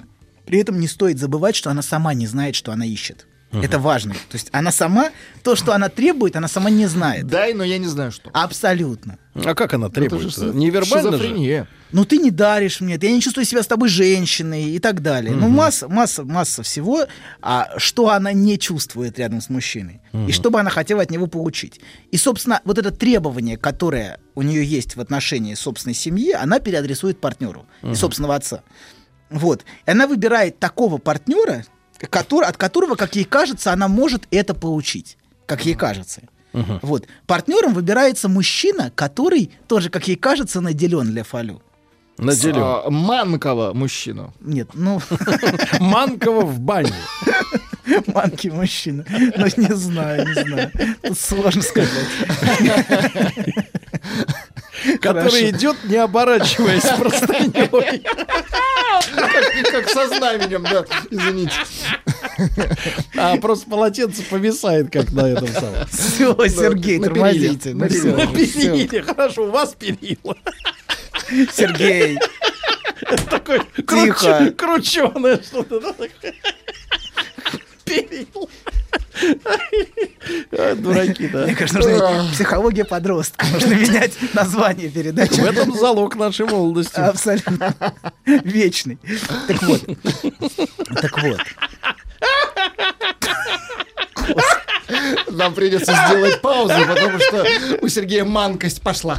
Speaker 5: При этом не стоит забывать, что она сама не знает, что она ищет. Это важно. То есть она сама, то, что она требует, она сама не знает.
Speaker 4: Дай, но я не знаю что.
Speaker 5: Абсолютно.
Speaker 3: А как она
Speaker 4: Это
Speaker 3: требует?
Speaker 4: же
Speaker 3: Невербально же?
Speaker 4: шизофрения.
Speaker 5: ну ты не даришь мне, это, я не чувствую себя с тобой женщиной и так далее. Ну масса, масса, масса всего, а что она не чувствует рядом с мужчиной и что бы она хотела от него получить. И собственно вот это требование, которое у нее есть в отношении собственной семьи, она переадресует партнеру и собственного отца. Вот, и она выбирает такого партнера, который, от которого, как ей кажется, она может это получить, как ей кажется. Вот. Партнером выбирается мужчина, который тоже, как ей кажется, наделен для фалю.
Speaker 3: Наделен.
Speaker 4: А, Манкова мужчину.
Speaker 5: Нет, ну, *laughs*
Speaker 3: Манкова в
Speaker 4: *laughs*
Speaker 3: бане.
Speaker 5: манки мужчина. Ну, не знаю, не знаю. Тут сложно сказать.
Speaker 3: который идет, не оборачиваясь
Speaker 4: *laughs*
Speaker 3: простыней.
Speaker 4: Как со знаменем, да. Извините.
Speaker 3: А просто полотенце повисает, как на этом самом.
Speaker 5: Все, Сергей,
Speaker 4: на
Speaker 5: тормозите.
Speaker 4: перилах,
Speaker 5: Ну
Speaker 4: на
Speaker 5: всё,
Speaker 3: На
Speaker 4: перилах.
Speaker 5: всё.
Speaker 3: периле. Хорошо, у вас перила.
Speaker 5: *laughs* Сергей,
Speaker 3: Такой
Speaker 5: Тихо.
Speaker 3: круче- крученое что-то. да, такое. Перила. А, Дураки, да.
Speaker 5: мне кажется, нужно психология подростка. Нужно менять название передачи.
Speaker 3: В этом залог нашей молодости.
Speaker 5: *laughs* А, Абсолютно. Вечный. Так вот. Так вот.
Speaker 4: Нам придется сделать паузу, потому что у Сергея манкость пошла.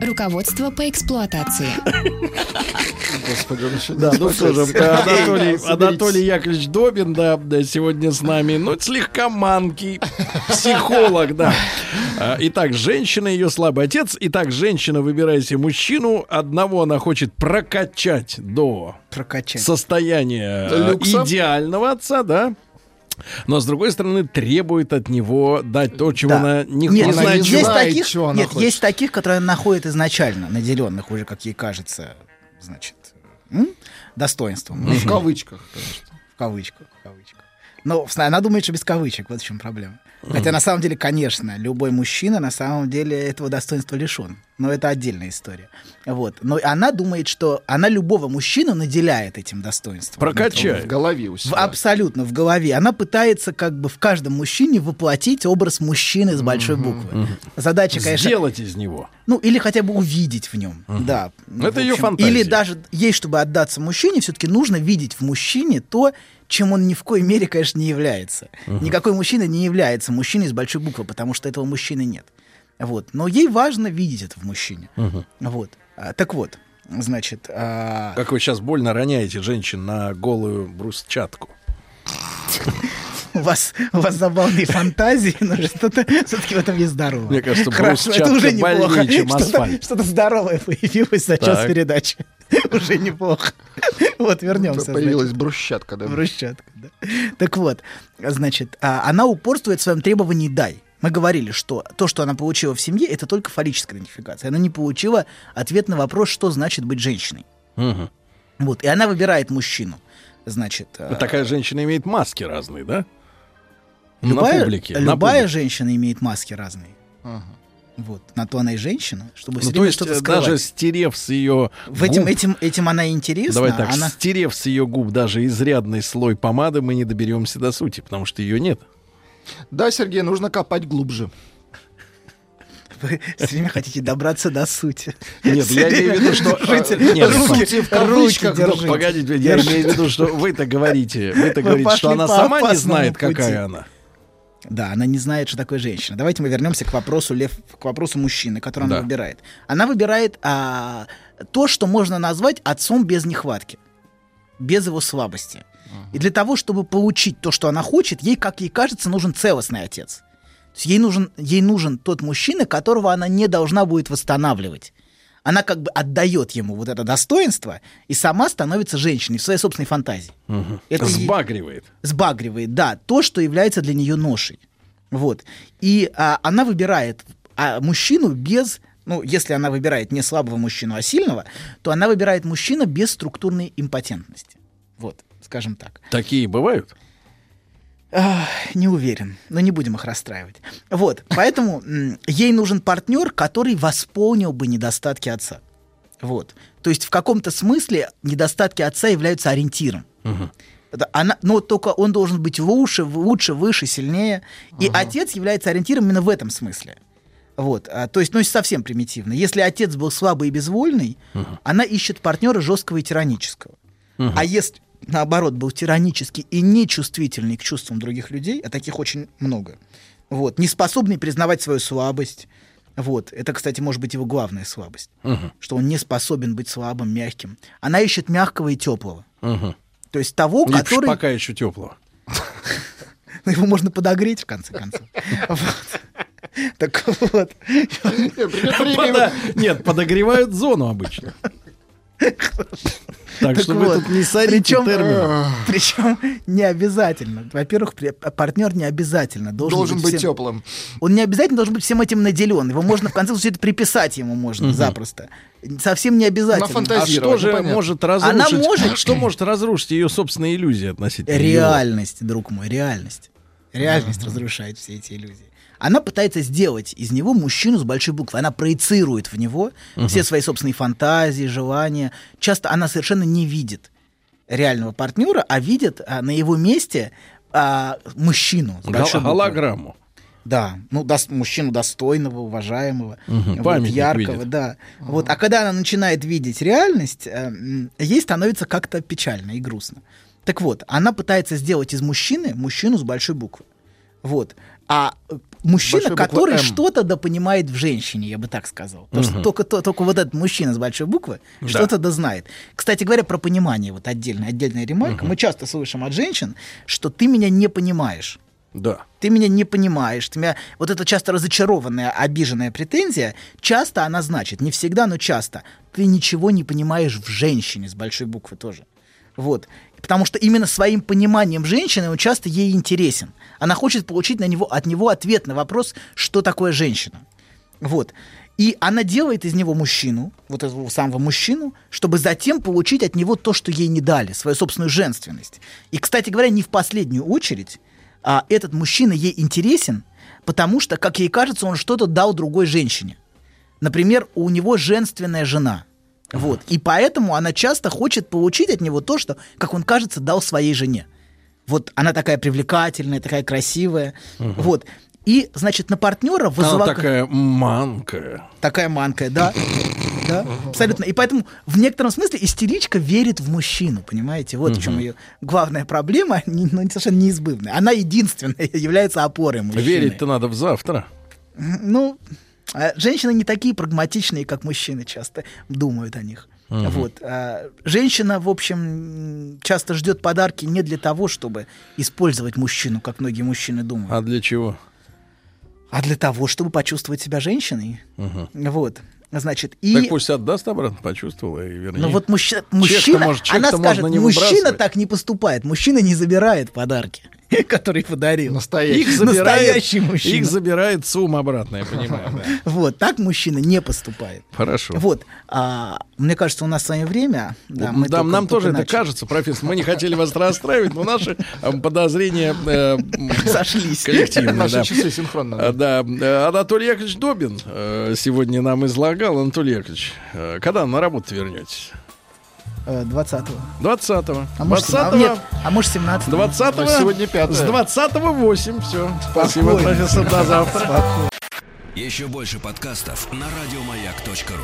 Speaker 2: Руководство по эксплуатации.
Speaker 4: Господи, он еще не
Speaker 3: Да, ну что же,
Speaker 4: закончился.
Speaker 3: да, Анатолий,
Speaker 4: Соберитесь.
Speaker 3: Анатолий Яковлевич Добин, да, да, сегодня с нами, ну, слегка манкий, психолог, да. А, Итак, женщина, ее слабый отец. Итак, женщина, выбирая себе мужчину, одного она хочет прокачать до
Speaker 5: Прокачать.
Speaker 3: состояния э,
Speaker 4: Люкса.
Speaker 3: идеального отца, да. Но с другой стороны требует от него дать то, чего
Speaker 5: Да.
Speaker 3: она не,
Speaker 5: Нет,
Speaker 3: не знает,
Speaker 4: не
Speaker 3: чего.
Speaker 5: есть
Speaker 4: знает,
Speaker 5: таких,
Speaker 4: чего она
Speaker 5: нет,
Speaker 4: хочет.
Speaker 5: есть таких, которые она находит изначально, наделенных уже, как ей кажется, значит, м, достоинством.
Speaker 4: Ну, В кавычках, конечно.
Speaker 5: В кавычках, в кавычках. Но в- она думает, что без кавычек, вот в чем проблема. Хотя на самом деле, конечно, любой мужчина на самом деле этого достоинства лишен. Но это отдельная история. Вот. Но она думает, что она любого мужчину наделяет этим достоинством.
Speaker 4: В
Speaker 3: Прокачает.
Speaker 4: голове у
Speaker 5: В,
Speaker 4: себя.
Speaker 5: абсолютно в голове. Она пытается как бы в каждом мужчине воплотить образ мужчины с большой буквы. Задача, конечно,
Speaker 3: Сделать из него.
Speaker 5: ну или хотя бы увидеть в нем. Да.
Speaker 3: Ну, Это
Speaker 5: В
Speaker 3: её
Speaker 5: общем,
Speaker 3: фантазия.
Speaker 5: Или даже ей, чтобы отдаться мужчине, все-таки нужно видеть в мужчине то, чем он ни в коей мере, конечно, не является. Никакой мужчина не является мужчиной с большой буквы, потому что этого мужчины нет. Вот. Но ей важно видеть это в мужчине. Вот. А, так вот, значит, а,
Speaker 3: Как вы сейчас больно роняете женщин на голую брусчатку.
Speaker 5: у вас, у вас забавные фантазии, но что-то все-таки в этом есть здорово.
Speaker 3: Мне кажется,
Speaker 5: Хорошо, это
Speaker 3: брусчатка
Speaker 5: уже неплохо.
Speaker 3: больнее, чем
Speaker 5: Что-то,
Speaker 3: асфальт.
Speaker 5: что-то здоровое появилось за час
Speaker 3: Так.
Speaker 5: передачи. *laughs* Уже неплохо. Вот, вернемся. значит,
Speaker 4: Появилась брусчатка, да?
Speaker 5: Брусчатка, да. Так вот, значит, а, она упорствует в своем требовании «дай». Мы говорили, что то, что она получила в семье, это только фаллическая идентификация. Она не получила ответ на вопрос, что значит быть женщиной.
Speaker 3: Мгм.
Speaker 5: Вот, и она выбирает мужчину. Значит, а,
Speaker 3: Вот Такая женщина имеет маски разные, да? на публике. на
Speaker 5: любая
Speaker 3: публике.
Speaker 5: женщина имеет маски разные.
Speaker 4: Ага.
Speaker 5: Вот, на то она и женщина, чтобы
Speaker 3: Ну,
Speaker 5: все
Speaker 3: то
Speaker 5: время
Speaker 3: есть
Speaker 5: что-то
Speaker 3: э,
Speaker 5: скрывать.
Speaker 3: даже стерев с ее
Speaker 5: В этим,
Speaker 3: губ,
Speaker 5: этим, этим она и интересна.
Speaker 3: давай так,
Speaker 5: она...
Speaker 3: стерев с ее губ даже изрядный слой помады, мы не доберемся до сути, потому что ее нет.
Speaker 4: Да, Сергей, нужно копать глубже.
Speaker 5: *laughs* Вы все время хотите добраться до сути.
Speaker 3: Нет,
Speaker 5: Всё
Speaker 3: я имею в виду,
Speaker 5: время *laughs*
Speaker 3: что э,
Speaker 5: держите
Speaker 3: нет,
Speaker 4: руки в кавычках,
Speaker 5: руки
Speaker 4: ну,
Speaker 5: держите.
Speaker 3: Погодите, я
Speaker 5: Держите.
Speaker 3: имею в виду, что вы-то говорите, вы-то
Speaker 5: Вы
Speaker 3: говорите, что
Speaker 5: пошли
Speaker 3: она
Speaker 5: по
Speaker 3: сама не
Speaker 5: опасному
Speaker 3: знает,
Speaker 5: пути.
Speaker 3: какая она.
Speaker 5: Да, она не знает, что такое женщина. Давайте мы вернемся к вопросу лев, к вопросу мужчины, который
Speaker 3: Да.
Speaker 5: она выбирает. Она выбирает а, то, что можно назвать отцом без нехватки, без его слабости. И для того, чтобы получить то, что она хочет, ей, как ей кажется, нужен целостный отец. То есть ей нужен, ей нужен тот мужчина, которого она не должна будет восстанавливать. Она как бы отдает ему вот это достоинство и сама становится женщиной в своей собственной фантазии. Это ей-
Speaker 3: Сбагривает.
Speaker 5: сбагривает, да, то, что является для нее ношей. Вот. И а, она выбирает а, мужчину без, ну, если она выбирает не слабого мужчину, а сильного, то она выбирает мужчину без структурной импотентности. Вот, скажем так.
Speaker 3: Такие бывают?
Speaker 5: Ах, не уверен, но не будем их расстраивать. Вот, поэтому м, ей нужен партнер, который восполнил бы недостатки отца. Вот. То есть в каком-то смысле недостатки отца являются ориентиром. Это Она, но только он должен быть лучше, в- лучше, выше, сильнее. И отец является ориентиром именно в этом смысле. Вот, а, то есть, ну, совсем примитивно. Если отец был слабый и безвольный, она ищет партнера жесткого и тиранического. А если, наоборот, был тиранический и нечувствительный к чувствам других людей, а таких очень много, вот, не способный признавать свою слабость, Вот. Это, кстати, может быть его главная слабость. Что он не способен быть слабым, мягким. Она ищет мягкого и теплого.
Speaker 3: Мгм.
Speaker 5: То есть того,
Speaker 3: И
Speaker 5: который...
Speaker 3: пока еще теплого.
Speaker 5: Ну, *laughs* Его можно подогреть, в конце концов. Вот. Так вот.
Speaker 4: Придет
Speaker 3: Пода-
Speaker 4: время.
Speaker 3: Нет, подогревают зону
Speaker 5: *laughs*
Speaker 3: обычно. Так что вы
Speaker 5: вот. э,
Speaker 3: тут не сорите А
Speaker 5: Причем-
Speaker 3: термины.
Speaker 5: Причем не обязательно. Во-первых, при- партнер не обязательно должен,
Speaker 4: Должен быть
Speaker 5: всем-
Speaker 4: теплым.
Speaker 5: Он не обязательно должен быть всем этим наделен. Его можно, в конце концов, всё это приписать ему можно запросто. Совсем не обязательно.
Speaker 3: А что
Speaker 4: фантазировать.
Speaker 3: же может разрушить?
Speaker 5: Она может.
Speaker 3: Что может разрушить ее собственные иллюзии относительно? его?
Speaker 5: Реальность, друг мой, реальность. Реальность разрушает все эти иллюзии. Она пытается сделать из него мужчину с большой буквы. Она проецирует в него все свои собственные фантазии, желания. Часто она совершенно не видит реального партнера, а видит а, на его месте а, мужчину. С
Speaker 3: Гол-
Speaker 5: большой буквы.
Speaker 3: Голограмму.
Speaker 5: Да, ну дос- мужчину достойного, уважаемого,
Speaker 3: Мгм,
Speaker 5: вот,
Speaker 3: памятник
Speaker 5: яркого,
Speaker 3: видит.
Speaker 5: да. Вот, а когда она начинает видеть реальность, э, м, ей становится как-то печально и грустно. Так вот, она пытается сделать из мужчины мужчину с большой буквы. Вот. А э, мужчина,
Speaker 4: Большой буквы
Speaker 5: который
Speaker 4: «М».
Speaker 5: что-то допонимает в женщине, я бы так сказал. Потому что только, то- только вот этот мужчина с большой буквы
Speaker 3: Да.
Speaker 5: что-то дознает. Кстати говоря, про понимание, вот отдельная, отдельная ремарка. Мы часто слышим от женщин, что ты меня не понимаешь
Speaker 3: Да.
Speaker 5: ты меня не понимаешь, ты меня... Вот эта часто разочарованная, обиженная претензия, часто она значит, не всегда, но часто, ты ничего не понимаешь в женщине, с большой буквы тоже. Вот. Потому что именно своим пониманием женщины он часто ей интересен. Она хочет получить на него, от него ответ на вопрос, что такое женщина. Вот. И она делает из него мужчину, вот этого самого мужчину, чтобы затем получить от него то, что ей не дали, свою собственную женственность. И, кстати говоря, не в последнюю очередь, а этот мужчина ей интересен, потому что, как ей кажется, он что-то дал другой женщине. Например, у него женственная жена. Вот. И поэтому она часто хочет получить от него то, что, как он кажется, дал своей жене. Вот она такая привлекательная, такая красивая. Вот. И, значит, на партнера
Speaker 3: Она
Speaker 5: вызывает
Speaker 3: такая манка.
Speaker 5: такая манка, да. Да, абсолютно. И поэтому в некотором смысле истеричка верит в мужчину, понимаете? Вот в чем ее главная проблема, *laughs* не- ну, совершенно неизбывная. Она единственная *laughs* является опорой мужчины.
Speaker 3: Верить-то надо в завтра.
Speaker 5: Ну, а, женщины не такие прагматичные, как мужчины часто думают о них. Вот. а, Женщина, в общем, м, часто ждет подарки не для того, чтобы использовать мужчину, как многие мужчины думают,
Speaker 3: А для чего?
Speaker 5: а для того, чтобы почувствовать себя женщиной.
Speaker 3: Мгм.
Speaker 5: Вот. Значит, и...
Speaker 3: Так пусть отдаст обратно, почувствовала и вернее.
Speaker 5: Ну вот мужчина, мужчина
Speaker 3: может- чек-то
Speaker 5: она
Speaker 3: можно
Speaker 5: скажет,
Speaker 3: не
Speaker 5: мужчина
Speaker 3: выбрасывать».
Speaker 5: так не поступает, мужчина не забирает подарки, *laughs* которые подарил.
Speaker 4: Настоящий.
Speaker 3: их *laughs* забирает,
Speaker 5: настоящий мужчина.
Speaker 3: их забирает сумма обратно, я понимаю.
Speaker 5: *laughs*
Speaker 3: да.
Speaker 5: Вот так мужчина не поступает.
Speaker 3: Хорошо.
Speaker 5: Вот, а, мне кажется, у нас с вами время. Да, мы
Speaker 3: Да,
Speaker 5: только-
Speaker 3: нам
Speaker 5: только
Speaker 3: тоже это
Speaker 5: начали.
Speaker 3: кажется, профессор. Мы не хотели вас расстраивать, но наши э, подозрения
Speaker 5: *laughs*
Speaker 3: э, м,
Speaker 5: Сошлись.
Speaker 3: коллективные.
Speaker 4: Наши
Speaker 3: да.
Speaker 4: часы
Speaker 3: А,
Speaker 4: синхронно.
Speaker 3: Да, э, Анатолий Яковлевич Добин э, сегодня нам излагал. Анатолий Яковлевич, э, когда на работу вернетесь?
Speaker 5: Э, 20-го.
Speaker 3: 20-го.
Speaker 5: А может,
Speaker 3: 20-го.
Speaker 5: а, нет, а может 17
Speaker 3: 20
Speaker 4: А сегодня пятое.
Speaker 3: С 20 8. Все. Спасибо,
Speaker 5: Спокойно.
Speaker 3: профессор. До завтра.
Speaker 7: Еще больше подкастов на радиомаяк.ру.